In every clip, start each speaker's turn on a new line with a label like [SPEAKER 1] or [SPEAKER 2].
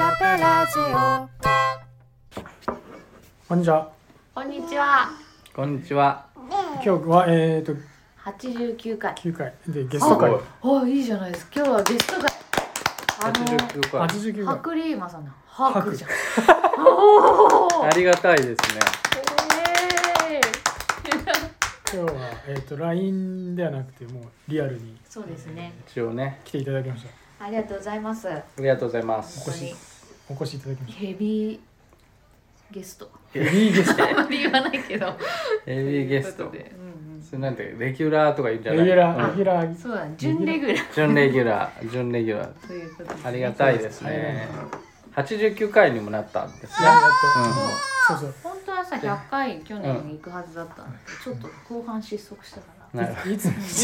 [SPEAKER 1] ラジオ
[SPEAKER 2] こんにちは。
[SPEAKER 3] こんにちは。
[SPEAKER 4] こんにちは。
[SPEAKER 2] 今日はえっ、と
[SPEAKER 3] 八十九回。
[SPEAKER 2] 9回でゲスト会
[SPEAKER 4] すごい
[SPEAKER 3] おいいじゃないですか。今日はゲストが。あ
[SPEAKER 4] 八十九回。
[SPEAKER 2] 89
[SPEAKER 3] の、ハ
[SPEAKER 2] 回。
[SPEAKER 3] クリーマさんの。ハクじゃん。
[SPEAKER 4] ありがたいですね。
[SPEAKER 3] ええ
[SPEAKER 2] 今日はえっ、と LINE ではなくてもうリアルに
[SPEAKER 3] そうですね。
[SPEAKER 4] 一応ね、
[SPEAKER 2] 来ていただきました。
[SPEAKER 3] ありがとうございます。本
[SPEAKER 4] ありがとうございます。
[SPEAKER 3] 当
[SPEAKER 2] 越
[SPEAKER 3] に
[SPEAKER 2] しお越しいただきまし
[SPEAKER 3] ヘビーゲスト。
[SPEAKER 2] た。いいゲスト。
[SPEAKER 3] あんまり言わないけど。
[SPEAKER 4] ヘビーゲスト
[SPEAKER 3] ということ。でうん
[SPEAKER 4] それなんてレギュラーとか言うんじゃ
[SPEAKER 2] レ
[SPEAKER 4] ない。
[SPEAKER 2] ギュラ
[SPEAKER 4] う
[SPEAKER 2] ー、
[SPEAKER 4] ん
[SPEAKER 2] レギュラ
[SPEAKER 3] う
[SPEAKER 2] ー
[SPEAKER 3] ん。そうだね。準レギュラー
[SPEAKER 4] 準レギュラー、準レギュラー。
[SPEAKER 3] ということですね。
[SPEAKER 4] ありがたいですね。八十九回にもなったんですね。
[SPEAKER 2] やっと。そう
[SPEAKER 3] 本当はさ100回去年行くはずだったんだけど、ちょっと後半失速したから
[SPEAKER 4] うん。なるほ
[SPEAKER 2] そう。い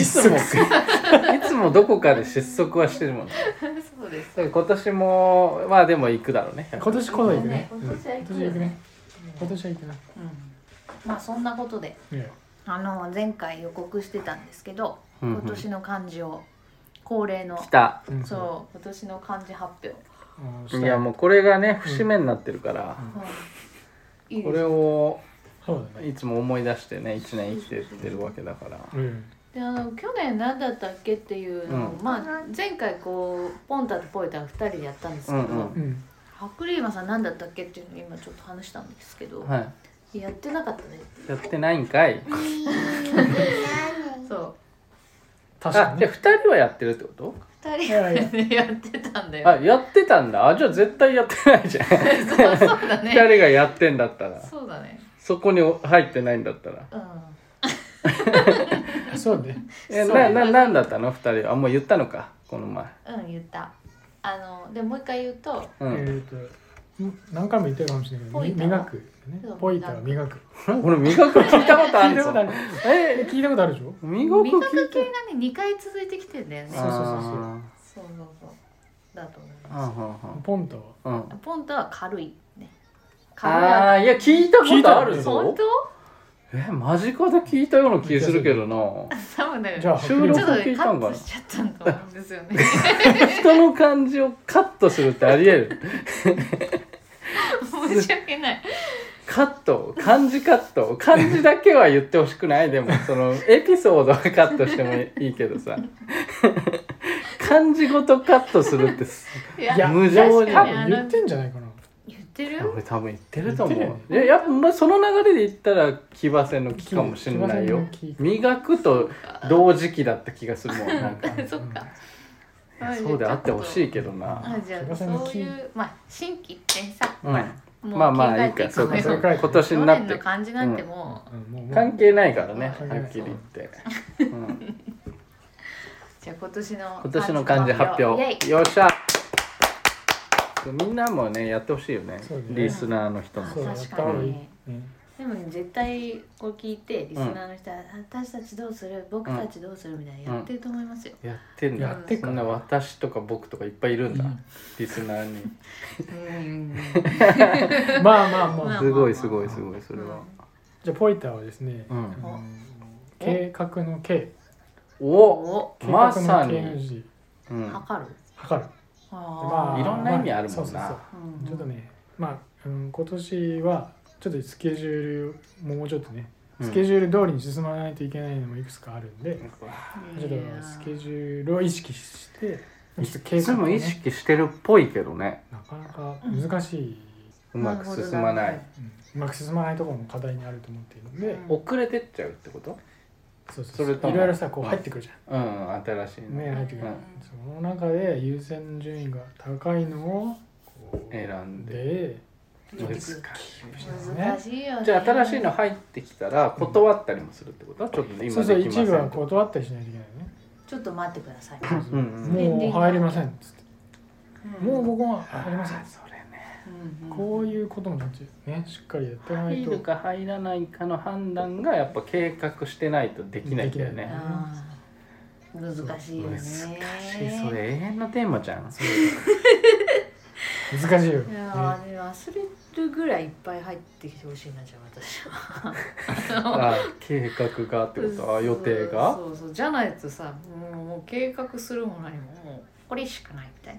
[SPEAKER 2] つも
[SPEAKER 4] ど いつもいつもどこかで失速はしてるもんね。
[SPEAKER 3] そうです
[SPEAKER 4] だから今年もまあでも行くだろうね。
[SPEAKER 2] 今年この行くね。
[SPEAKER 3] 今
[SPEAKER 2] 今
[SPEAKER 3] 年は行くよね
[SPEAKER 2] 年行くね。今年は行くね。
[SPEAKER 3] まあそんなことであの前回予告してたんですけど、
[SPEAKER 4] うんうん
[SPEAKER 3] 今年の漢字を恒例の
[SPEAKER 4] 来た。
[SPEAKER 2] うん
[SPEAKER 3] そう今年の漢字発表、
[SPEAKER 2] うん
[SPEAKER 4] い
[SPEAKER 2] した
[SPEAKER 4] やもうこれがね節目になってるから、
[SPEAKER 3] いい
[SPEAKER 4] こ
[SPEAKER 3] です
[SPEAKER 4] れを
[SPEAKER 2] そうだね。
[SPEAKER 4] いつも思い出してね1年生きてってるわけだから。
[SPEAKER 2] うん。
[SPEAKER 3] であの去年何だったっけっていうのを、
[SPEAKER 4] う
[SPEAKER 3] まあ、前回こうポンタとポエタが2人でやったんですけど、
[SPEAKER 4] うんうん
[SPEAKER 2] うん。
[SPEAKER 3] 白リーマさん何だったっけっていうのを今ちょっと話したんですけど、
[SPEAKER 4] はい。
[SPEAKER 3] やってなかったね
[SPEAKER 4] やってないんかい。
[SPEAKER 3] そう
[SPEAKER 2] 確か
[SPEAKER 4] あ、
[SPEAKER 2] に
[SPEAKER 4] じゃ
[SPEAKER 2] ね
[SPEAKER 4] あ。二人はやってるってこと？
[SPEAKER 3] 2
[SPEAKER 2] いやいや
[SPEAKER 3] 人でやってたんだよ
[SPEAKER 4] あ、やってたんだ。あ、じゃあ絶対やってないじゃ ん。
[SPEAKER 3] そうだ
[SPEAKER 4] 二
[SPEAKER 3] ね
[SPEAKER 4] 人がやってんだったら、
[SPEAKER 3] そうだね
[SPEAKER 4] そこに入ってないんだったら。
[SPEAKER 3] うん
[SPEAKER 2] そうね。
[SPEAKER 4] え、
[SPEAKER 3] そう
[SPEAKER 4] なななんだったの？二人はあもう言ったのか。この前。
[SPEAKER 3] うん言ったあのでもう一回言うと
[SPEAKER 2] え
[SPEAKER 4] うん。
[SPEAKER 2] っと何回も言ってるかもしれないけど、
[SPEAKER 3] ポイ
[SPEAKER 2] み
[SPEAKER 3] タ
[SPEAKER 2] 磨
[SPEAKER 3] は
[SPEAKER 2] くね
[SPEAKER 3] そう。
[SPEAKER 2] ポイタは磨く。
[SPEAKER 4] 俺磨く聞いたことあ
[SPEAKER 2] 聞い
[SPEAKER 4] る
[SPEAKER 2] たことあ
[SPEAKER 4] ぞ
[SPEAKER 2] る。。
[SPEAKER 4] え、
[SPEAKER 2] 聞いたことあるでしょ。
[SPEAKER 4] 磨く
[SPEAKER 3] 味
[SPEAKER 4] 聞
[SPEAKER 3] 覚
[SPEAKER 4] いた
[SPEAKER 3] 系が。ね2回続いてきてんだよね
[SPEAKER 2] そうそうそうそう
[SPEAKER 4] あ
[SPEAKER 3] そうそうそうだと思い
[SPEAKER 4] ー。
[SPEAKER 3] ま
[SPEAKER 2] ポンタは。
[SPEAKER 4] うんうんうん。
[SPEAKER 3] すポンタは軽いね軽い
[SPEAKER 4] ああーいや聞いたことある
[SPEAKER 3] 本
[SPEAKER 4] ぞ。
[SPEAKER 3] 当
[SPEAKER 4] え、間近で聞いたような気するけどな。
[SPEAKER 3] 多分ね
[SPEAKER 2] じゃあ
[SPEAKER 4] 収録
[SPEAKER 3] ちょっと
[SPEAKER 4] 聞
[SPEAKER 3] ね
[SPEAKER 4] い
[SPEAKER 3] カ
[SPEAKER 4] たんか
[SPEAKER 3] ッ
[SPEAKER 4] な
[SPEAKER 3] トしちゃったんだと思うんですよね
[SPEAKER 4] 人の感じをカットするってありえる。
[SPEAKER 3] 申し訳ない
[SPEAKER 4] カット漢字カット漢字だけは言ってほしくないでもそのエピソードはカットしてもいいけどさ漢字ごとカットするってす
[SPEAKER 3] い
[SPEAKER 2] いや
[SPEAKER 4] 無情に
[SPEAKER 3] 確
[SPEAKER 2] 多
[SPEAKER 3] かにあ
[SPEAKER 2] 分
[SPEAKER 3] の
[SPEAKER 2] 言ってんじゃないかな。
[SPEAKER 3] 言ってるよ
[SPEAKER 4] 俺多分言ってると思
[SPEAKER 2] 言っ
[SPEAKER 4] ういややっぱお前その流れで言ったら騎馬戦の木かもしれないよ
[SPEAKER 2] 騎馬戦の
[SPEAKER 4] 磨くと同時期だった気がするもんなん か
[SPEAKER 3] そっか
[SPEAKER 4] そうであってほし
[SPEAKER 3] い
[SPEAKER 4] いけどな、
[SPEAKER 3] あじゃあそういうまあ新規ってさ
[SPEAKER 4] うん
[SPEAKER 3] もう
[SPEAKER 4] まあまあいい
[SPEAKER 3] 切り替え
[SPEAKER 4] か
[SPEAKER 3] て
[SPEAKER 4] そ
[SPEAKER 3] こ
[SPEAKER 4] う
[SPEAKER 3] う
[SPEAKER 4] か
[SPEAKER 3] よ
[SPEAKER 4] そう
[SPEAKER 2] 考
[SPEAKER 4] か
[SPEAKER 2] えて
[SPEAKER 4] 今年
[SPEAKER 3] 去
[SPEAKER 4] になっ
[SPEAKER 3] 年の
[SPEAKER 4] て
[SPEAKER 3] 漢字なんてもう、
[SPEAKER 2] うんもうもう
[SPEAKER 4] 関係ないからね
[SPEAKER 2] 関係
[SPEAKER 4] は
[SPEAKER 2] ない
[SPEAKER 4] っきり言って、うん
[SPEAKER 3] じゃあ今年の
[SPEAKER 4] 今年の漢字発
[SPEAKER 3] イエイ
[SPEAKER 4] 表よっしゃみんなもねやってほしいよね
[SPEAKER 2] そうね
[SPEAKER 4] リスナーの人も
[SPEAKER 2] そうやっ
[SPEAKER 3] 確
[SPEAKER 2] た
[SPEAKER 3] か
[SPEAKER 2] 方がいい
[SPEAKER 3] に。
[SPEAKER 2] うん
[SPEAKER 3] でもね絶対こう聞いてリスナーの人は、私たちどうする僕たちどうするみたいなやってると思いますよ、
[SPEAKER 4] やってん
[SPEAKER 2] や
[SPEAKER 4] だ
[SPEAKER 2] ってっか
[SPEAKER 4] そんな私とか僕とかいっぱいいるんだリスナーに
[SPEAKER 3] うん、
[SPEAKER 2] まあまあまあ。
[SPEAKER 3] まあ
[SPEAKER 4] すごいすごいすごいそれは
[SPEAKER 2] じゃあポイターはですね、
[SPEAKER 4] うん
[SPEAKER 2] あの計画の計、
[SPEAKER 4] お
[SPEAKER 3] お
[SPEAKER 2] 計
[SPEAKER 4] ま
[SPEAKER 2] 画
[SPEAKER 4] さ
[SPEAKER 2] の計の
[SPEAKER 4] に
[SPEAKER 2] 字
[SPEAKER 4] うん
[SPEAKER 3] 測る
[SPEAKER 2] 測る。
[SPEAKER 3] あ
[SPEAKER 2] でま
[SPEAKER 3] あ
[SPEAKER 2] あ
[SPEAKER 4] いろんな意味あるもん
[SPEAKER 2] そ
[SPEAKER 4] な
[SPEAKER 2] うそうそう
[SPEAKER 3] うん
[SPEAKER 2] ちょっとね、まあ、うん、今年はちょっとスケジュールももうちょっとね、
[SPEAKER 4] うん
[SPEAKER 2] スケジュール通りに進まないといけないのもいくつかあるんで、ちょっ
[SPEAKER 3] いや
[SPEAKER 2] とスケジュールを意識して、
[SPEAKER 4] い
[SPEAKER 2] ちょっと計
[SPEAKER 4] つ
[SPEAKER 2] 画を
[SPEAKER 4] も
[SPEAKER 2] ね
[SPEAKER 4] 意識してるっぽいけどね
[SPEAKER 2] なかなか難しい、
[SPEAKER 4] うまく進まない
[SPEAKER 2] うんうまく進まないところも課題にあると思っているので、
[SPEAKER 3] うん
[SPEAKER 4] 遅れてっちゃうってこと
[SPEAKER 2] そうそうそう
[SPEAKER 4] それとも
[SPEAKER 2] いろいろさこう入ってくるじゃ
[SPEAKER 4] うん新しい
[SPEAKER 2] ん、ね
[SPEAKER 4] ね
[SPEAKER 2] 入ってくる、
[SPEAKER 4] うん
[SPEAKER 2] その中で優先順位が高いのをこう
[SPEAKER 4] 選んで
[SPEAKER 2] で
[SPEAKER 3] なるほど
[SPEAKER 4] 難しい
[SPEAKER 3] 難しいよね
[SPEAKER 4] じゃあ新しいの入ってきたら断ったりもするってことちょっと今でき
[SPEAKER 2] そ
[SPEAKER 4] ま
[SPEAKER 2] うそう
[SPEAKER 4] せん
[SPEAKER 2] 一部は
[SPEAKER 4] と
[SPEAKER 2] 断ったりしないといけないね
[SPEAKER 3] ちょっと待ってください、
[SPEAKER 4] うんうん
[SPEAKER 2] もう入りませんっつって、
[SPEAKER 3] うん
[SPEAKER 2] もう僕は入りません
[SPEAKER 4] それね
[SPEAKER 3] うんうん
[SPEAKER 2] こういうこともねしっかりやっていかない
[SPEAKER 4] 入
[SPEAKER 2] と
[SPEAKER 4] るか入らないかの判断がやっぱ計画してないとできないんだよ
[SPEAKER 2] でき
[SPEAKER 4] ね
[SPEAKER 2] な
[SPEAKER 3] あー難しいよね
[SPEAKER 4] 難しいそれ永遠のテーマじゃん
[SPEAKER 2] 難しいよ、
[SPEAKER 3] い
[SPEAKER 2] ね、
[SPEAKER 3] やー、ね、忘れるぐらいいっぱい入ってきてほしいなじゃあ私は
[SPEAKER 4] あ計画がって ことあ予定が
[SPEAKER 3] そうそうじゃないとさもうもう計画するも何ももうこれしかないみたい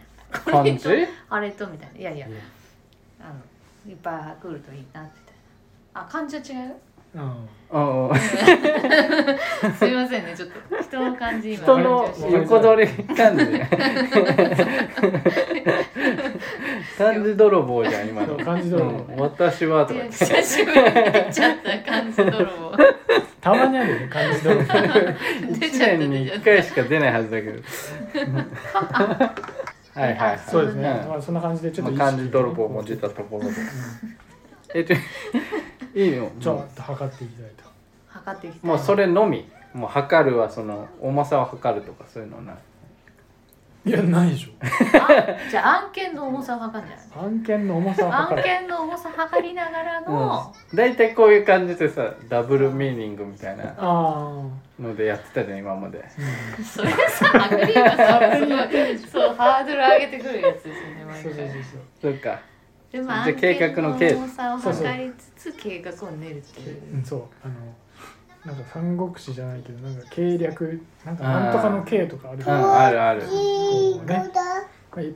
[SPEAKER 3] な
[SPEAKER 4] 感じ
[SPEAKER 3] あれとみたいないやいやあのいっぱい来るといいなみたいなあ感じは違う よ
[SPEAKER 2] あ
[SPEAKER 4] うんうん
[SPEAKER 3] すいませんねちょっと人の感じ今
[SPEAKER 4] 人の横取り感じ漢字泥棒じゃん今
[SPEAKER 2] そ
[SPEAKER 4] の
[SPEAKER 2] う漢字泥棒
[SPEAKER 4] うん私はとか言って
[SPEAKER 3] 久しぶりに出ちゃった感じ泥棒
[SPEAKER 2] あたまにあるよね感じと
[SPEAKER 3] 出
[SPEAKER 4] 1
[SPEAKER 3] ちゃった
[SPEAKER 4] 年に
[SPEAKER 3] 出ちゃ
[SPEAKER 4] 1
[SPEAKER 3] っ
[SPEAKER 4] 回しか出ないはずだけど はいはいはい
[SPEAKER 2] そうですね、
[SPEAKER 4] ん
[SPEAKER 2] まあ、そんな感じでちょっ
[SPEAKER 4] ま
[SPEAKER 2] と
[SPEAKER 4] あ、
[SPEAKER 2] 意識
[SPEAKER 4] 漢字泥棒も出たところでえちょいいよ
[SPEAKER 2] ちょ
[SPEAKER 4] も
[SPEAKER 2] っと測っていただいた
[SPEAKER 3] た測ってき
[SPEAKER 4] う
[SPEAKER 3] た
[SPEAKER 4] もうそれのみもう測るはその重さを測るとかそういうのない
[SPEAKER 2] やないでし
[SPEAKER 3] あじゃあ案件の重さを測るんじゃない
[SPEAKER 2] ょ案件の重さを測
[SPEAKER 3] 案
[SPEAKER 2] る
[SPEAKER 3] 件の重さ測りながらの、
[SPEAKER 4] うん、大体こういう感じでさダブルミーニングみたいな
[SPEAKER 2] あ
[SPEAKER 4] のでやってたじゃん今まで
[SPEAKER 3] それさ測りがさすごいそうハードル上げてくるやつですよね
[SPEAKER 2] あ
[SPEAKER 3] 毎
[SPEAKER 2] そうそうそう
[SPEAKER 3] 回
[SPEAKER 4] そうか
[SPEAKER 3] でも
[SPEAKER 4] じゃあ
[SPEAKER 3] 案件の重さを
[SPEAKER 2] 計画の計
[SPEAKER 3] 測りつつ計画を練るってい
[SPEAKER 2] そ
[SPEAKER 3] う
[SPEAKER 2] ううんそうあのなんか三国志じゃないけどなんか計略なんかなんとかの計とかある
[SPEAKER 4] うんあるある
[SPEAKER 2] こうね、まあ、一個一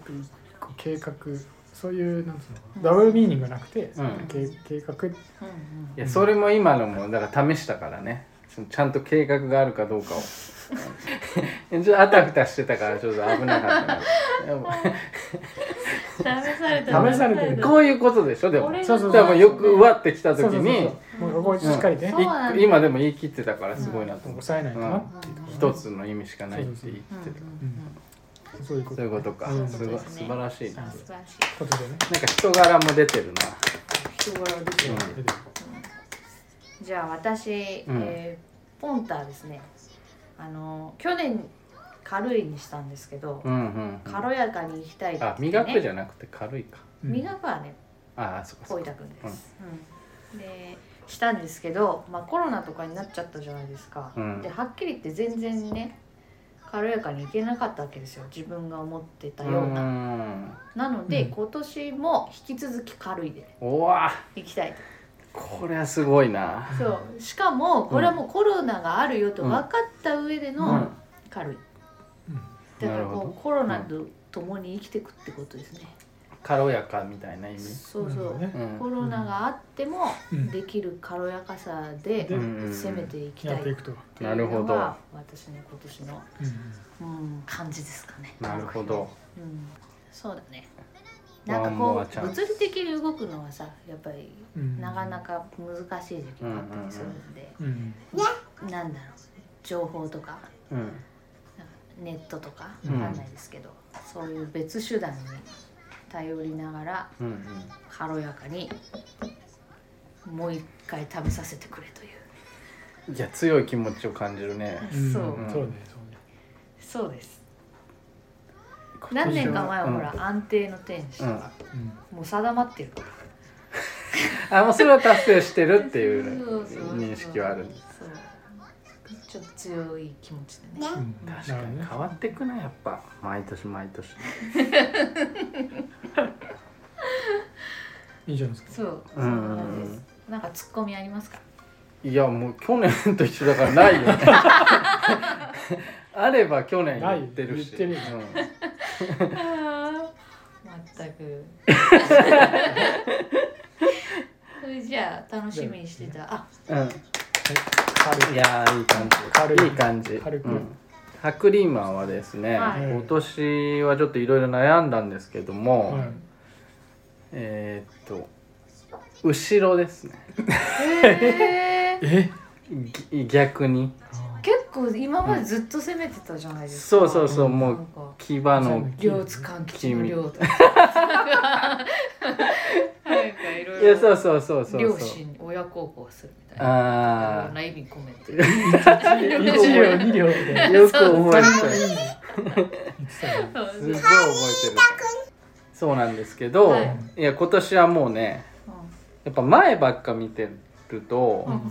[SPEAKER 2] 個計画そういうなんつうのかなダブルミーニングがなくて、
[SPEAKER 4] うん
[SPEAKER 2] 計計画
[SPEAKER 3] うんうん
[SPEAKER 4] いやそれも今のもだから試したからねそのちゃんと計画があるかどうかをちょっとあたふたしてたからちょっと危なかったなでも
[SPEAKER 3] 試された
[SPEAKER 2] 試されてる
[SPEAKER 4] こういうことでしょでも
[SPEAKER 3] 俺
[SPEAKER 2] そうそう
[SPEAKER 4] 多分よくうわってきた時
[SPEAKER 2] そうそうそう
[SPEAKER 4] に
[SPEAKER 2] そうもうここしっかりね
[SPEAKER 3] そう
[SPEAKER 4] い
[SPEAKER 3] なんだ
[SPEAKER 4] 今でも言い切ってたからすごいなと思って
[SPEAKER 2] 抑えないとな、
[SPEAKER 4] 一つの意味しかないって言って
[SPEAKER 3] うんうん
[SPEAKER 4] た
[SPEAKER 2] そういうこと
[SPEAKER 4] そういうことか
[SPEAKER 2] うん
[SPEAKER 4] すごい素晴らしいな
[SPEAKER 3] うん
[SPEAKER 4] なん
[SPEAKER 3] 素晴らしい
[SPEAKER 2] ことでね、
[SPEAKER 4] か人柄も出てる
[SPEAKER 3] 人柄ですよ
[SPEAKER 4] うん
[SPEAKER 2] 出てる
[SPEAKER 3] じゃあ私、
[SPEAKER 4] うん
[SPEAKER 3] えーポンターですねあの去年軽いにしたんですけど、
[SPEAKER 4] なうんうんうん
[SPEAKER 3] 軽やかにいきたいってね、
[SPEAKER 4] あ磨くじゃなくて軽いか
[SPEAKER 2] うん
[SPEAKER 3] 磨くはね
[SPEAKER 4] ああそっかそ
[SPEAKER 3] こ
[SPEAKER 4] っ
[SPEAKER 3] い
[SPEAKER 4] か
[SPEAKER 3] たくんです、うんでしたんですけど、まあ、コロナとかになっちゃったじゃないですか、
[SPEAKER 4] うん
[SPEAKER 3] ではっきり言って全然ね軽やかにいけなかったわけですよ自分が思ってた
[SPEAKER 4] う
[SPEAKER 3] ような、
[SPEAKER 4] ん
[SPEAKER 3] なので、
[SPEAKER 2] うん
[SPEAKER 3] 今年も引き続き軽いで
[SPEAKER 4] うわ
[SPEAKER 3] いきたいと
[SPEAKER 4] これはすごいな
[SPEAKER 3] そうしかもこれはもうコロナがあるよと分かった上で
[SPEAKER 4] う
[SPEAKER 3] の、
[SPEAKER 4] ん
[SPEAKER 3] 軽い
[SPEAKER 2] うん
[SPEAKER 3] だから
[SPEAKER 4] なるほ
[SPEAKER 3] こうコロナと共に生きていくってことですね、
[SPEAKER 4] 軽やかみたいな意味
[SPEAKER 3] そうそ
[SPEAKER 2] なる
[SPEAKER 3] う、
[SPEAKER 2] ほどね
[SPEAKER 4] うん
[SPEAKER 3] コロナがあっても
[SPEAKER 2] うん
[SPEAKER 3] できる軽やかさで
[SPEAKER 4] うん
[SPEAKER 3] 攻めていきた
[SPEAKER 2] やっ
[SPEAKER 3] いっててい
[SPEAKER 2] いうくと、
[SPEAKER 3] の
[SPEAKER 4] なる
[SPEAKER 3] が私の今年の、
[SPEAKER 2] うん
[SPEAKER 3] うん、感じですかね
[SPEAKER 4] なるほど、
[SPEAKER 3] うん、そうだねな
[SPEAKER 4] ワ
[SPEAKER 3] んか
[SPEAKER 4] ンモ
[SPEAKER 3] こ
[SPEAKER 4] アチ
[SPEAKER 3] う
[SPEAKER 4] ャンス
[SPEAKER 3] 物理的に動くのはさやっぱり
[SPEAKER 2] うん、
[SPEAKER 3] なかなか難しい時期があったりするんで、
[SPEAKER 2] うん
[SPEAKER 3] なんだろう情報とか
[SPEAKER 4] うん
[SPEAKER 3] ネットとか
[SPEAKER 2] う
[SPEAKER 3] わ
[SPEAKER 2] ん
[SPEAKER 3] かんないですけど、そういう別手段に頼りながら
[SPEAKER 4] うんうん
[SPEAKER 3] 軽やかにもう一回食べさせてくれという、
[SPEAKER 4] いや強い気持ちを感じるね
[SPEAKER 2] うん
[SPEAKER 3] そう、
[SPEAKER 4] ん
[SPEAKER 2] そうねそうね
[SPEAKER 3] そうです
[SPEAKER 4] 年は
[SPEAKER 3] 何年か前はほら、
[SPEAKER 4] うん
[SPEAKER 3] 安定の天使、
[SPEAKER 4] うん
[SPEAKER 2] うん
[SPEAKER 3] もう定まってるから
[SPEAKER 4] あもうそれは達成してるってい
[SPEAKER 3] そうそそそ
[SPEAKER 4] 認識はある
[SPEAKER 3] そうちょっと強い気持ちでね
[SPEAKER 2] うん
[SPEAKER 4] 確かに
[SPEAKER 2] なる
[SPEAKER 4] 変わってくなやっぱ毎年毎年
[SPEAKER 2] ほどねいいじゃないですか
[SPEAKER 3] そう
[SPEAKER 4] う
[SPEAKER 3] そ
[SPEAKER 4] ん
[SPEAKER 3] んな感じですなんかツッコミあり ますか
[SPEAKER 4] いやもう去年と一緒だからないよ ねあれば去年言ってるし
[SPEAKER 2] ない言っ
[SPEAKER 3] 全 くそれじゃあ楽しみにしてたあ
[SPEAKER 4] うん、うん
[SPEAKER 2] 軽
[SPEAKER 4] い
[SPEAKER 2] い
[SPEAKER 4] やーいい感じ
[SPEAKER 2] 軽い
[SPEAKER 4] い感じ
[SPEAKER 2] 軽く
[SPEAKER 4] うん、ハクリーマンはですね、
[SPEAKER 3] はい
[SPEAKER 4] 今年はちょっといろいろ悩んだんですけども、
[SPEAKER 2] はい
[SPEAKER 4] えーっと後ろですね
[SPEAKER 3] へえ
[SPEAKER 2] え
[SPEAKER 4] ぎ逆に
[SPEAKER 3] 結構今までずっと攻めてたじゃないですか、
[SPEAKER 4] そうそうそうも
[SPEAKER 3] なん
[SPEAKER 4] う
[SPEAKER 3] か
[SPEAKER 4] 牙の
[SPEAKER 3] 両津勘吉の両とかなんかいろ
[SPEAKER 4] いや
[SPEAKER 3] い
[SPEAKER 4] そ
[SPEAKER 3] ろ
[SPEAKER 4] うそうそうそう
[SPEAKER 3] 両
[SPEAKER 4] そう
[SPEAKER 3] 親親孝行するみたいな
[SPEAKER 4] あ
[SPEAKER 3] いろん
[SPEAKER 4] あ
[SPEAKER 3] な意味込 めて
[SPEAKER 2] 1両2両みたいな
[SPEAKER 4] よく覚えてる。
[SPEAKER 2] 言ってたよね
[SPEAKER 4] すごい覚えてる。そうなんですけど、
[SPEAKER 3] はい
[SPEAKER 4] い、や今年はもうね、やっぱ前ばっか見てると、
[SPEAKER 3] うん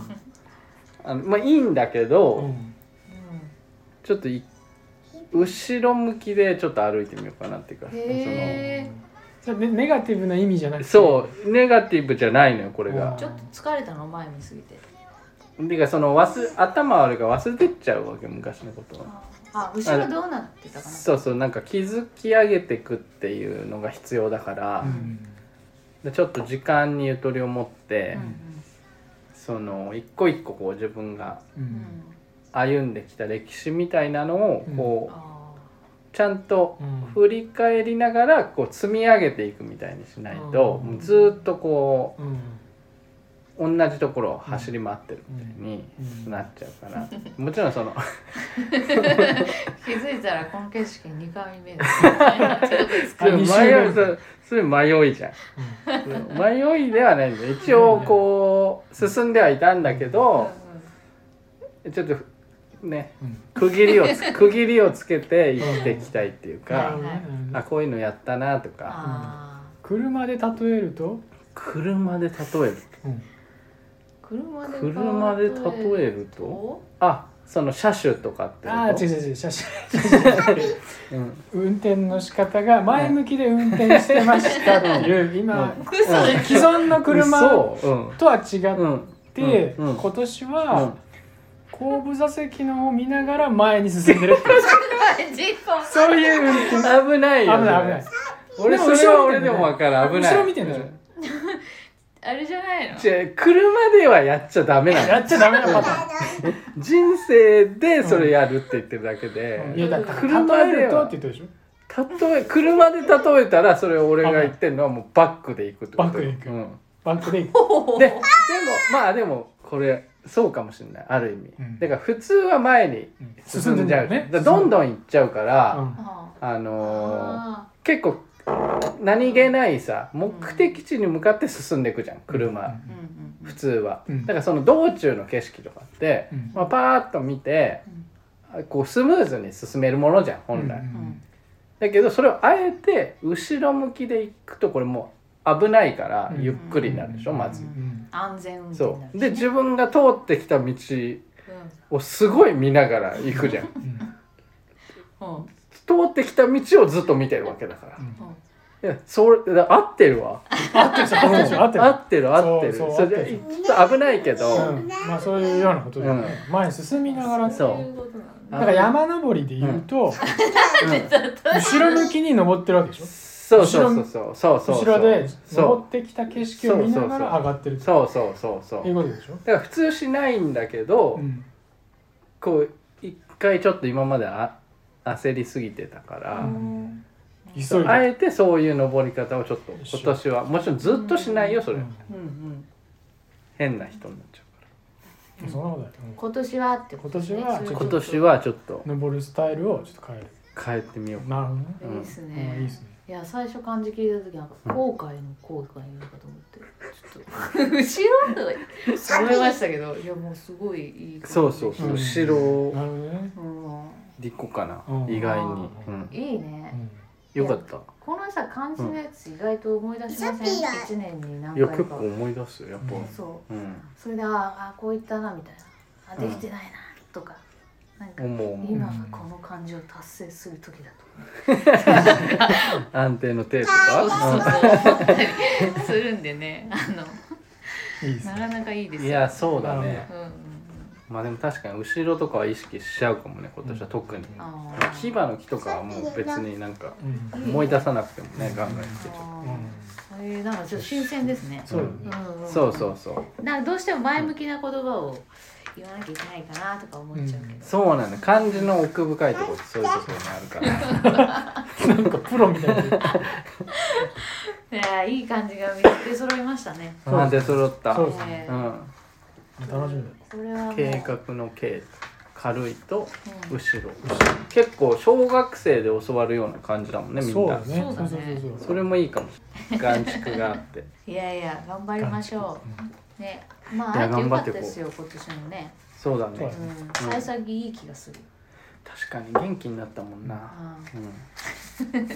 [SPEAKER 4] あのまあいいんだけど、
[SPEAKER 2] うん
[SPEAKER 4] ちょっとい後ろ向きでちょっと歩いてみようかなっていうか、
[SPEAKER 3] へえ
[SPEAKER 2] それねネガティブな意味じゃなくて
[SPEAKER 4] そのそうネガティブじゃないのよこれが
[SPEAKER 3] ち。ょっと疲れたの前見すぎて
[SPEAKER 4] ていうかその忘れ頭悪いから忘れてっちゃうわけ昔のことを。
[SPEAKER 3] あ後ろどうなってたかな
[SPEAKER 4] そうそうなんか築き上げてくっていうのが必要だから。
[SPEAKER 2] うん
[SPEAKER 4] でちょっと時間にゆとりを持って、
[SPEAKER 3] うん
[SPEAKER 4] その一個一個こう自分が
[SPEAKER 2] う
[SPEAKER 3] うんうんん
[SPEAKER 4] 歩んできた歴史みたいなのをこう、
[SPEAKER 3] あー
[SPEAKER 4] ちゃんと
[SPEAKER 2] うん
[SPEAKER 4] 振り返りながらこう積み上げていくみたいにしないと、
[SPEAKER 2] うん
[SPEAKER 4] もうずっとこ
[SPEAKER 2] うん
[SPEAKER 4] う同じところを走り回ってるみたいに
[SPEAKER 2] うん
[SPEAKER 4] なっちゃう から、もちろんその
[SPEAKER 3] 気づいたらこの景色2回 目です、
[SPEAKER 2] あ
[SPEAKER 4] 迷い
[SPEAKER 2] 二周目
[SPEAKER 4] それそれ迷いじゃん。迷いではないんだよ一応こう進んではいたんだけどちょっとね
[SPEAKER 2] うん
[SPEAKER 4] 区切りを つ区切りをつけて生きていきたいっていう
[SPEAKER 2] なる
[SPEAKER 4] か
[SPEAKER 2] ほどね
[SPEAKER 4] あこういうのやったなとか
[SPEAKER 3] あ
[SPEAKER 2] 車で例えると、
[SPEAKER 4] 車で例える
[SPEAKER 2] うん
[SPEAKER 3] ー車で
[SPEAKER 4] 車で例えるとあその車種とかって
[SPEAKER 2] ああ違う
[SPEAKER 4] こ
[SPEAKER 2] 違う違う写真
[SPEAKER 4] とうん
[SPEAKER 2] 運転の仕方が前向きで運転してましたっていう今
[SPEAKER 4] うん
[SPEAKER 3] 嘘で
[SPEAKER 2] 既存の車
[SPEAKER 4] そううん
[SPEAKER 2] とは違っ
[SPEAKER 4] うん
[SPEAKER 2] て
[SPEAKER 4] うんうん
[SPEAKER 2] 今年
[SPEAKER 4] うん
[SPEAKER 2] は後部座席のを見ながら前に進んでるっていう
[SPEAKER 3] 事故
[SPEAKER 2] そういう運転
[SPEAKER 4] 危ない
[SPEAKER 2] 危
[SPEAKER 4] よ
[SPEAKER 2] ない危ない
[SPEAKER 4] 俺
[SPEAKER 2] でも
[SPEAKER 4] それは
[SPEAKER 2] 後ろ見てん
[SPEAKER 4] 俺で
[SPEAKER 2] だよ
[SPEAKER 4] も分からん危ない
[SPEAKER 2] 後ろ見てんでしょ
[SPEAKER 4] うん
[SPEAKER 3] あれじゃないの
[SPEAKER 4] 違う車ではやっちゃダメなの
[SPEAKER 2] やっちゃダメなパターン
[SPEAKER 4] 人生でそれやるって言ってるだけで、
[SPEAKER 2] いやだから
[SPEAKER 4] 車で
[SPEAKER 2] 例えるとって言ったでしょ
[SPEAKER 4] 例え車で例えたらそれ俺が言ってるのはもうバックで行くってこ
[SPEAKER 2] バ
[SPEAKER 4] と
[SPEAKER 2] ックで行く
[SPEAKER 4] うん
[SPEAKER 2] バックで行く
[SPEAKER 4] ででもまあでもこれそうかもしれないある意味、
[SPEAKER 2] うん
[SPEAKER 4] だから普通は前に
[SPEAKER 2] うん
[SPEAKER 4] 進んじゃ
[SPEAKER 2] 進
[SPEAKER 4] う、
[SPEAKER 2] んでんだよね
[SPEAKER 4] だからどんどん行っちゃうから、
[SPEAKER 2] うん
[SPEAKER 3] あ
[SPEAKER 4] あのー
[SPEAKER 3] あ
[SPEAKER 4] 結構何気ないさ目的地に向かって進んでいくじゃん車、
[SPEAKER 3] ーうんうんうん
[SPEAKER 4] 普通は、
[SPEAKER 2] うん
[SPEAKER 4] だからその道中の景色とかって、
[SPEAKER 2] うん
[SPEAKER 4] まあ、パーッと見て
[SPEAKER 3] うん
[SPEAKER 4] こうスムーズに進めるものじゃん本
[SPEAKER 2] うん
[SPEAKER 4] 来、
[SPEAKER 2] うん
[SPEAKER 4] だけどそれをあえて後ろ向きで行くとこれもう危ないから
[SPEAKER 2] うん
[SPEAKER 4] ゆっくりになるでしょ、まず
[SPEAKER 2] う、ん
[SPEAKER 3] 安全運転
[SPEAKER 4] そ
[SPEAKER 3] だし
[SPEAKER 4] う
[SPEAKER 3] ね
[SPEAKER 4] で自分が通ってきた道
[SPEAKER 3] う
[SPEAKER 4] をすごい見ながら行くじゃん
[SPEAKER 2] うんうん
[SPEAKER 3] んうん
[SPEAKER 4] 通ってきた道をずっと見てるわけだから、
[SPEAKER 2] うん
[SPEAKER 3] うん
[SPEAKER 4] いやそれだ合ってるわ
[SPEAKER 2] 合ってるでしょ合ってるでしょ合ってる
[SPEAKER 4] 合ってる合ってる
[SPEAKER 2] そうそう
[SPEAKER 4] それ
[SPEAKER 2] 合って
[SPEAKER 4] で
[SPEAKER 2] る
[SPEAKER 4] ちょっと危ないけど、
[SPEAKER 2] うんまあそういうようなことだよね、前進みながらね
[SPEAKER 4] そう
[SPEAKER 3] いうことなん
[SPEAKER 2] だ
[SPEAKER 3] だ
[SPEAKER 2] から山登りで言うと、後ろ向きに登ってるわけでしょ
[SPEAKER 4] そうそうそうそうそうそう
[SPEAKER 2] 後ろで登
[SPEAKER 4] そ
[SPEAKER 2] ってきた景色を見ながら上がってる
[SPEAKER 4] う
[SPEAKER 2] って
[SPEAKER 4] そうそうそうそう
[SPEAKER 2] いう
[SPEAKER 4] だ
[SPEAKER 2] ことでしょ、
[SPEAKER 4] から普通しないんだけど、
[SPEAKER 2] うん
[SPEAKER 4] こう一回ちょっと今まであ焦りすぎてたから、
[SPEAKER 3] うん
[SPEAKER 2] 急いで
[SPEAKER 4] そうあえてそういう登り方をちょっと
[SPEAKER 2] 一緒
[SPEAKER 4] 今年はもちろんずっとしないよそれ、
[SPEAKER 2] うん
[SPEAKER 3] うん
[SPEAKER 4] 変な人になっちゃうか
[SPEAKER 2] そんなことだよ、うん
[SPEAKER 3] 今年はってことね
[SPEAKER 2] 今年は
[SPEAKER 3] そういうこ
[SPEAKER 4] ら
[SPEAKER 3] と
[SPEAKER 4] 今年はちょっと
[SPEAKER 2] 登るスタイルをちょっと変える
[SPEAKER 4] 変えてみようか
[SPEAKER 2] なるほどね、
[SPEAKER 3] いいです
[SPEAKER 2] うん、
[SPEAKER 3] ね
[SPEAKER 2] いいですね
[SPEAKER 3] いや最初漢字聞いた時なんか後悔の後悔言うかと思ってちょっと 後ろとか思いましたけどいやもうすごいいい感じ
[SPEAKER 4] そうそうそう、
[SPEAKER 2] うん
[SPEAKER 4] 後ろ
[SPEAKER 2] なるほどね、
[SPEAKER 3] うん
[SPEAKER 4] でいこうかな、
[SPEAKER 2] うん
[SPEAKER 4] 意外に、うん、
[SPEAKER 3] いいうね
[SPEAKER 2] ん
[SPEAKER 4] よかった
[SPEAKER 3] このさ漢字のやつ意外と思い出し
[SPEAKER 1] う
[SPEAKER 3] ません
[SPEAKER 1] ん
[SPEAKER 3] 1年に何
[SPEAKER 4] いや
[SPEAKER 3] 回
[SPEAKER 4] 結
[SPEAKER 3] か
[SPEAKER 4] 構思い出すよやっぱ、
[SPEAKER 2] うん
[SPEAKER 3] そう
[SPEAKER 4] うん
[SPEAKER 3] それでああこういったなみたいなあできてないなとかなんか
[SPEAKER 4] 思う思う
[SPEAKER 3] 今がこの漢字を達成する時だと
[SPEAKER 4] 安定のテープ
[SPEAKER 3] そうそう
[SPEAKER 4] か、
[SPEAKER 3] そう思ったり するんでねあの
[SPEAKER 2] いいです
[SPEAKER 3] な
[SPEAKER 2] ね
[SPEAKER 3] かなかいいで
[SPEAKER 4] うん
[SPEAKER 3] す
[SPEAKER 4] い
[SPEAKER 3] よ
[SPEAKER 4] やそうだね、
[SPEAKER 3] うんうんうん
[SPEAKER 4] まあでも確かに後ろとかは意識しちゃうかもね今年は特に、
[SPEAKER 3] あー
[SPEAKER 4] 牙の木とかはもう別になんか
[SPEAKER 2] うん
[SPEAKER 4] 思い出さなくてもねガンガン来てちゃ
[SPEAKER 3] あ
[SPEAKER 2] うん
[SPEAKER 3] ーえー、なんかちょっと新鮮ですね。
[SPEAKER 2] そうだね、
[SPEAKER 3] うん
[SPEAKER 4] う
[SPEAKER 3] うん、
[SPEAKER 4] そうそうそう
[SPEAKER 3] う。なんかどうしても前向きな言葉を言わなきゃいけないかなとか思っちゃうけど。
[SPEAKER 4] そうなんだ漢字の奥深いところってそういうところにあるから
[SPEAKER 2] なんかプロみたいな、
[SPEAKER 3] いやーいい感じが見て揃いましたね。
[SPEAKER 2] そうそう
[SPEAKER 4] あー出揃った
[SPEAKER 2] そうですね
[SPEAKER 3] え
[SPEAKER 4] う
[SPEAKER 3] ー
[SPEAKER 4] ん、
[SPEAKER 2] 楽しみだ
[SPEAKER 3] これはもう
[SPEAKER 4] 計画の計軽いと
[SPEAKER 3] う
[SPEAKER 4] 後ろ結構小学生で教わるような感じだもんねみん
[SPEAKER 2] そう
[SPEAKER 4] な
[SPEAKER 2] だね
[SPEAKER 3] そうだ
[SPEAKER 2] そう
[SPEAKER 3] ね
[SPEAKER 2] そうそう
[SPEAKER 4] それもいいかもしれない眼蓄があって
[SPEAKER 3] んいやいや頑張りましょう。ね、まあ
[SPEAKER 4] いや
[SPEAKER 3] 会えてよか
[SPEAKER 4] 頑張
[SPEAKER 3] っ
[SPEAKER 4] って
[SPEAKER 3] た
[SPEAKER 4] こう
[SPEAKER 3] ですよ今年もね。
[SPEAKER 4] そうだね
[SPEAKER 2] そうだね
[SPEAKER 3] うん、幸先いい気がする。
[SPEAKER 4] 確かに元気になったもん
[SPEAKER 3] う
[SPEAKER 4] な、
[SPEAKER 3] ん、
[SPEAKER 4] うん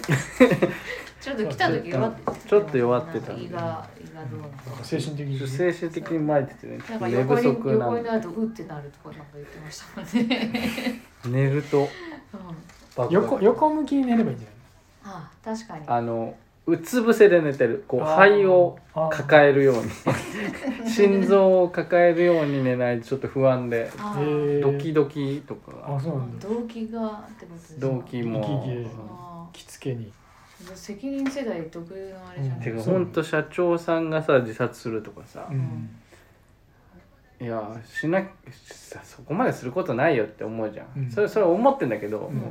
[SPEAKER 3] ちょっと来た時弱ってた
[SPEAKER 4] ちょっと弱ってた
[SPEAKER 3] なんか胃が胃がどうな
[SPEAKER 2] な
[SPEAKER 3] の
[SPEAKER 2] んか精神的に
[SPEAKER 4] 精神的に参っててねちょ
[SPEAKER 3] なんか
[SPEAKER 4] っと寝
[SPEAKER 3] 横
[SPEAKER 4] 不
[SPEAKER 3] に
[SPEAKER 4] 足な
[SPEAKER 3] 横に
[SPEAKER 4] んで
[SPEAKER 3] なるとうってなるとかなんか言ってましたもんね。
[SPEAKER 4] 寝ると
[SPEAKER 3] うん
[SPEAKER 4] バクバク
[SPEAKER 2] 横横向きに寝ればいいんじ
[SPEAKER 3] ああ確かに
[SPEAKER 4] あのうつ伏せで寝てるこう
[SPEAKER 2] ゃない
[SPEAKER 4] 肺を
[SPEAKER 2] あー
[SPEAKER 4] 抱えるよ うに心臓を抱えるように寝ないとちょっと不安で
[SPEAKER 3] あ
[SPEAKER 2] あ
[SPEAKER 3] あ
[SPEAKER 2] ーへー
[SPEAKER 4] ドキドキとか
[SPEAKER 2] あ
[SPEAKER 4] が
[SPEAKER 2] そうなんだ
[SPEAKER 3] 動機がってことですか
[SPEAKER 4] 動悸も
[SPEAKER 2] 息切れ
[SPEAKER 3] あ
[SPEAKER 2] 着付けに
[SPEAKER 3] あ責任世代特有のあれじゃない
[SPEAKER 4] て
[SPEAKER 3] で
[SPEAKER 4] か
[SPEAKER 3] す
[SPEAKER 2] そう
[SPEAKER 4] ほんと社長さんがさ自殺するとかさ
[SPEAKER 2] う、ん
[SPEAKER 4] いやしなさそこまですることないよって思うじゃん、
[SPEAKER 2] うん
[SPEAKER 4] それそれ思ってんだけど、
[SPEAKER 2] うん
[SPEAKER 4] もう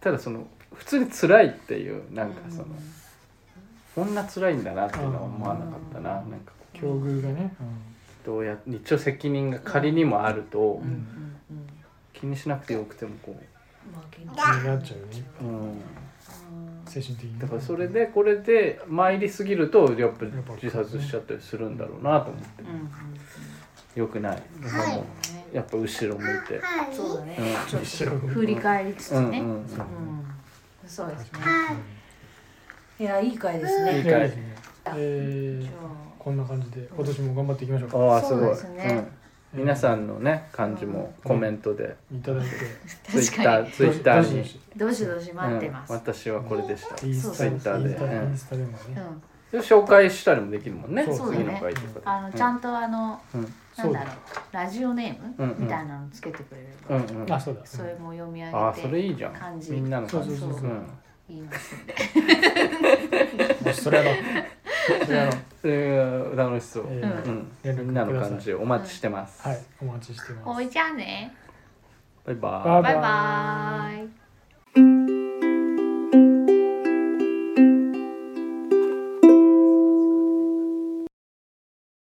[SPEAKER 4] ただその普通に辛いっていうなんかその、こんな辛いんだなっていうのは思わなかったな、
[SPEAKER 2] うん
[SPEAKER 4] なんかこう
[SPEAKER 2] 境遇がね、
[SPEAKER 4] どうや一応責任が仮にもあると、
[SPEAKER 3] うんうんうん
[SPEAKER 4] 気にしなくてよくてもこ
[SPEAKER 3] まあ元
[SPEAKER 2] 気
[SPEAKER 3] 気
[SPEAKER 2] になっちゃうよね
[SPEAKER 4] う、うん、
[SPEAKER 2] 精神的に
[SPEAKER 4] だからそれでこれで参りすぎるとやっぱ
[SPEAKER 2] やっぱ
[SPEAKER 4] 自殺しちゃったりするんだろうなと思って
[SPEAKER 3] うんうんうん
[SPEAKER 4] よくない、
[SPEAKER 1] はい
[SPEAKER 4] もうやっぱ後ろ向いて、
[SPEAKER 1] はい。
[SPEAKER 3] そうだね
[SPEAKER 4] うん
[SPEAKER 3] ちょっ
[SPEAKER 2] 一緒
[SPEAKER 3] と振り返りつつ
[SPEAKER 4] うんうん
[SPEAKER 3] ね
[SPEAKER 4] うん
[SPEAKER 3] うんそうですね
[SPEAKER 1] はい。
[SPEAKER 3] いやいい回ですね
[SPEAKER 4] いい
[SPEAKER 2] い
[SPEAKER 4] 回
[SPEAKER 2] やいいですねえ
[SPEAKER 3] じ
[SPEAKER 2] ー
[SPEAKER 3] ゃあ
[SPEAKER 2] こんな感じで今年も頑張っていきましょうか
[SPEAKER 4] ああす
[SPEAKER 3] そう
[SPEAKER 4] ごい
[SPEAKER 3] ですね
[SPEAKER 4] うん、皆さんのね感じもコメントで、
[SPEAKER 2] いただいて
[SPEAKER 4] ツイ
[SPEAKER 3] 確
[SPEAKER 4] ッ
[SPEAKER 3] か
[SPEAKER 4] タ
[SPEAKER 3] に
[SPEAKER 4] ーツイッタ
[SPEAKER 2] ど
[SPEAKER 4] ー
[SPEAKER 2] しど
[SPEAKER 4] に
[SPEAKER 2] し
[SPEAKER 3] どしどし 待ってます
[SPEAKER 4] うん、私はこれでした、
[SPEAKER 2] イン
[SPEAKER 3] そうそ
[SPEAKER 2] ス
[SPEAKER 3] う
[SPEAKER 2] タインスタ
[SPEAKER 4] うん
[SPEAKER 2] インスタでも
[SPEAKER 3] う
[SPEAKER 2] ね
[SPEAKER 3] ん
[SPEAKER 4] で紹介したりもできるもんね
[SPEAKER 2] そう
[SPEAKER 3] だ
[SPEAKER 4] 次
[SPEAKER 3] ね
[SPEAKER 4] の回とか
[SPEAKER 3] あのちゃんとあの
[SPEAKER 4] うん
[SPEAKER 3] なんだろうラジオネー
[SPEAKER 4] うん
[SPEAKER 3] ム
[SPEAKER 4] うん
[SPEAKER 3] みたいなのつけてくれる
[SPEAKER 4] うんうんうん
[SPEAKER 2] あ
[SPEAKER 4] あ
[SPEAKER 2] そうだ
[SPEAKER 3] それも読み上げ
[SPEAKER 4] あ
[SPEAKER 3] て
[SPEAKER 4] それいいじゃ
[SPEAKER 3] 感
[SPEAKER 4] ん
[SPEAKER 3] じ
[SPEAKER 4] みんなの感じ
[SPEAKER 3] そうそうそうん言いますんで
[SPEAKER 2] もしそれやろう
[SPEAKER 4] それあのそれが楽しそう、
[SPEAKER 2] え
[SPEAKER 3] ー
[SPEAKER 4] うん、みんなの感
[SPEAKER 2] 連絡くださ
[SPEAKER 4] じをお待ちしてます、
[SPEAKER 2] はいお待ちしてます
[SPEAKER 3] おいじゃあね
[SPEAKER 4] バイバーイ
[SPEAKER 2] バイ
[SPEAKER 3] バイバーイ